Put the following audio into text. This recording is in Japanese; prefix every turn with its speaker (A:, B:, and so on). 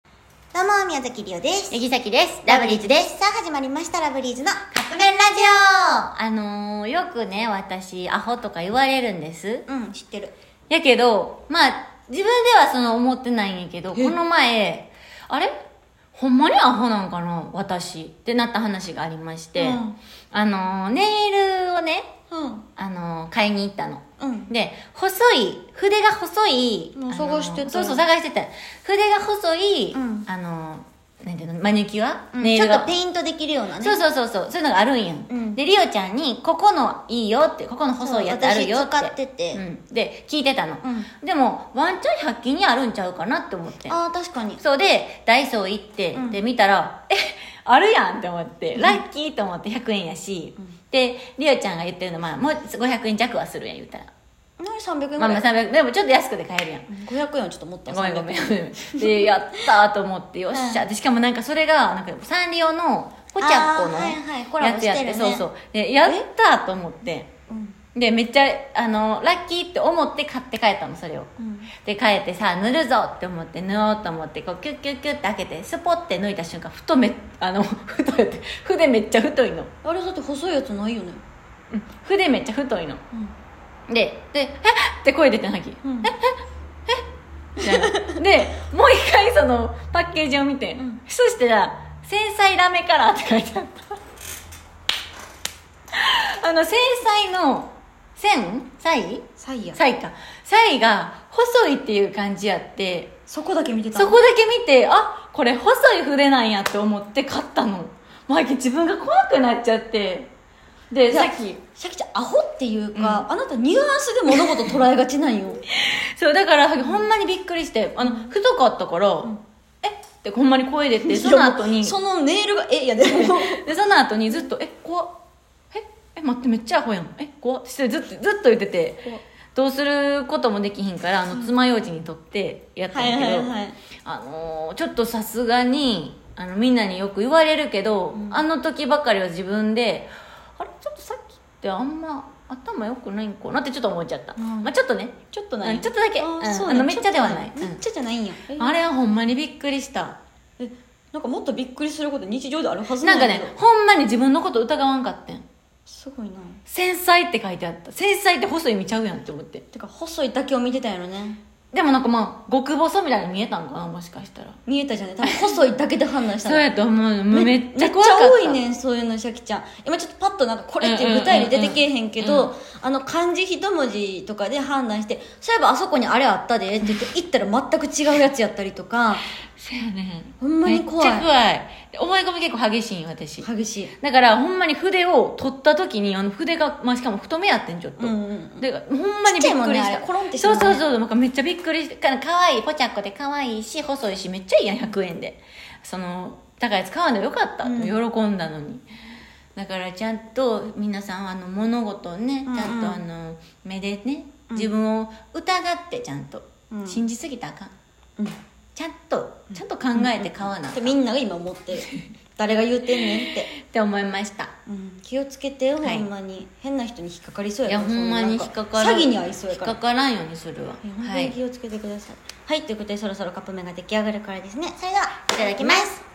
A: どうも、宮崎りおです。
B: 柳崎です。ラブリーズです。
A: さあ、始まりました、ラブリーズのカップ
B: 麺
A: 麺
B: ラ
A: ラ
B: ジ
A: ジ
B: あのー、よくね、私、アホとか言われるんです。
A: オうん、知ってる。
B: やけど、まあ、自分ではその思ってないんやけど、こ
A: え
B: の前、あれほんまにアホなんかな私。ってなった話がありまして、
A: うん
B: あのー、ネイルをね、
A: うん。
B: あのー、買いに行ったの。
A: うん。
B: で、細い、筆が細い。
A: もう
B: あの
A: 探してた
B: そうそう、探してた。筆が細い、
A: うん
B: あのー、なんていうの、マニキュア、ネイ
A: ちょっ
B: ルが
A: とペイントできるようなね。
B: そうそうそうそうそういうのがあるんやん、
A: うん
B: でリオちゃんに「ここのいいよ」って「ここの細いやつあるよ」
A: そ
B: って
A: う私使ってて
B: うん、で聞いてたの、
A: う
B: でもワンチャン100均にあるんちゃうかなって思って
A: ああ、確かに。
B: そうでダイソー行って、
A: うん
B: で見たら「えあるやん」って思ってラッキーと思って100円やし、でリオちゃんが言ってるのまあもう500円弱はするやん言ったら
A: 何300円ぐ
B: まあま
A: ら
B: あ
A: い
B: 300でもちょっと安くで買えるやん
A: 500円はちょっと持った。
B: ごめんご
A: ん。
B: めん でやったーと思ってよっしゃ、でしかもなんかそれがなんかサンリオのポチャッコの
A: あーはいはいコラ
B: や
A: ボし
B: つ
A: てる
B: や
A: ね
B: ってそうそうでやったーと思って
A: うん。
B: でめっちゃあのラッキーって思って買って帰ったのそれを、
A: うん
B: で帰ってさ塗るぞって思って塗おうと思ってこうキュッキュッキュッって開けてスポッて抜いた瞬間太めあの 太いって筆めっちゃ太いの
A: あれだって細いやつないよね。
B: うん筆めっちゃ太いの
A: うん。
B: で「でえっ!」って声出てなき
A: うん。
B: みたいなでもう一回そのパッケージを見て、
A: ん
B: そしたら「繊細ラメカラー」って書いてあった あの繊細の繊細
A: サイヤ。
B: 細か細が細いっていう感じやって
A: そこだけ見てた。
B: そこだけ見てあこれ細い筆なんやって思って買ったのマイキ自分が怖くなっちゃってで
A: いや
B: さっき
A: シャキちゃん、アホっていうか、あなたニュアンスで物事捉えがちなんよ。
B: そうだからほんまにびっくりしてあの太かったから、えっってほんまに声出てその後
A: いや
B: に
A: そのネイルが、え、いやで も、
B: でその後にずっと「え怖っええ待ってめっちゃアホやんえ怖っ」ってずっとずっと言って
A: 怖って
B: どうすることもできひんからあの爪楊枝に取ってやったんやけど、
A: い。
B: あのーちょっとさすがにあのみんなによく言われるけど、あの時ばかりは自分であれちょっとさっきってあんま頭良くないんかなってちょっと思っちゃった、
A: うん
B: まあちょっとね
A: ちょっと
B: うんちょっとだけ
A: あー
B: うん
A: そう
B: あのめっちゃではない
A: ちょっと
B: うん
A: めっちゃじゃないんや、え
B: あれはほんまにびっくりした
A: えなんかもっとびっくりすること日常であるはず
B: なん
A: や
B: か
A: け
B: ね
A: ど
B: ほんまに自分のこと疑わんかってん
A: すごいな
B: 繊細って書いてあった繊細って細い見ちゃうやんって思って
A: てか細いだけを見てたんやろね
B: でもなんかまあ極細みたいに見えたんかなもしかしたら
A: 見えたじゃ ない多分細いだけで判断した
B: そう
A: の
B: やと思うめめっちゃ怖かった
A: めっちゃ多いねんそういうのシャキちゃん今ちょっとパッとなんかこれっていう具体に出てけえへんけ
B: うんうん
A: どあの漢字一文字とかで判断してそういえばあそこにあれあったでって言って行ったら全く違うやつやったりとか
B: そうやね
A: ほんまに怖い
B: めっちゃ怖いで思い込み結構激しいんよ私
A: 激しい
B: だからほんまに筆を取った時にあの筆が、まあ、しかも太めやってんちょっと、
A: うんうん
B: でほんま
A: ちっ
B: にびっくり
A: ちゃいもんね
B: し
A: あ
B: た
A: れコロンってし
B: そ
A: ま
B: う
A: うね
B: そうそうなんかめっちゃびっくりしてかかわいいポチャッコでかわいいし細いしめっちゃいいやん100円でその高いやつ買わんでよかったって喜んだのに、だからちゃんと皆さんあの物事をね
A: うんうん
B: ちゃんとあの目でね
A: うん
B: 自分を疑ってちゃんと、
A: うん
B: 信じすぎたらあかん
A: うん
B: ちゃんとちゃんと考えて買わなあ
A: って
B: かんっ
A: みんなが今思 ってる誰が言うてんねんって
B: て思いました
A: うん気をつけてよ、
B: はい
A: ほんまに変な人に引っかかりそう
B: い
A: や
B: や
A: から
B: ほんまに引
A: そ
B: っ
A: の
B: か
A: なん
B: からん
A: 詐欺に遭いそうやから
B: 引っかからんようにするわ
A: いや本当
B: は
A: に
B: い
A: 気をつけてくださいはい、ということでそろそろカップ麺が出来上がるからですねそれではいただきます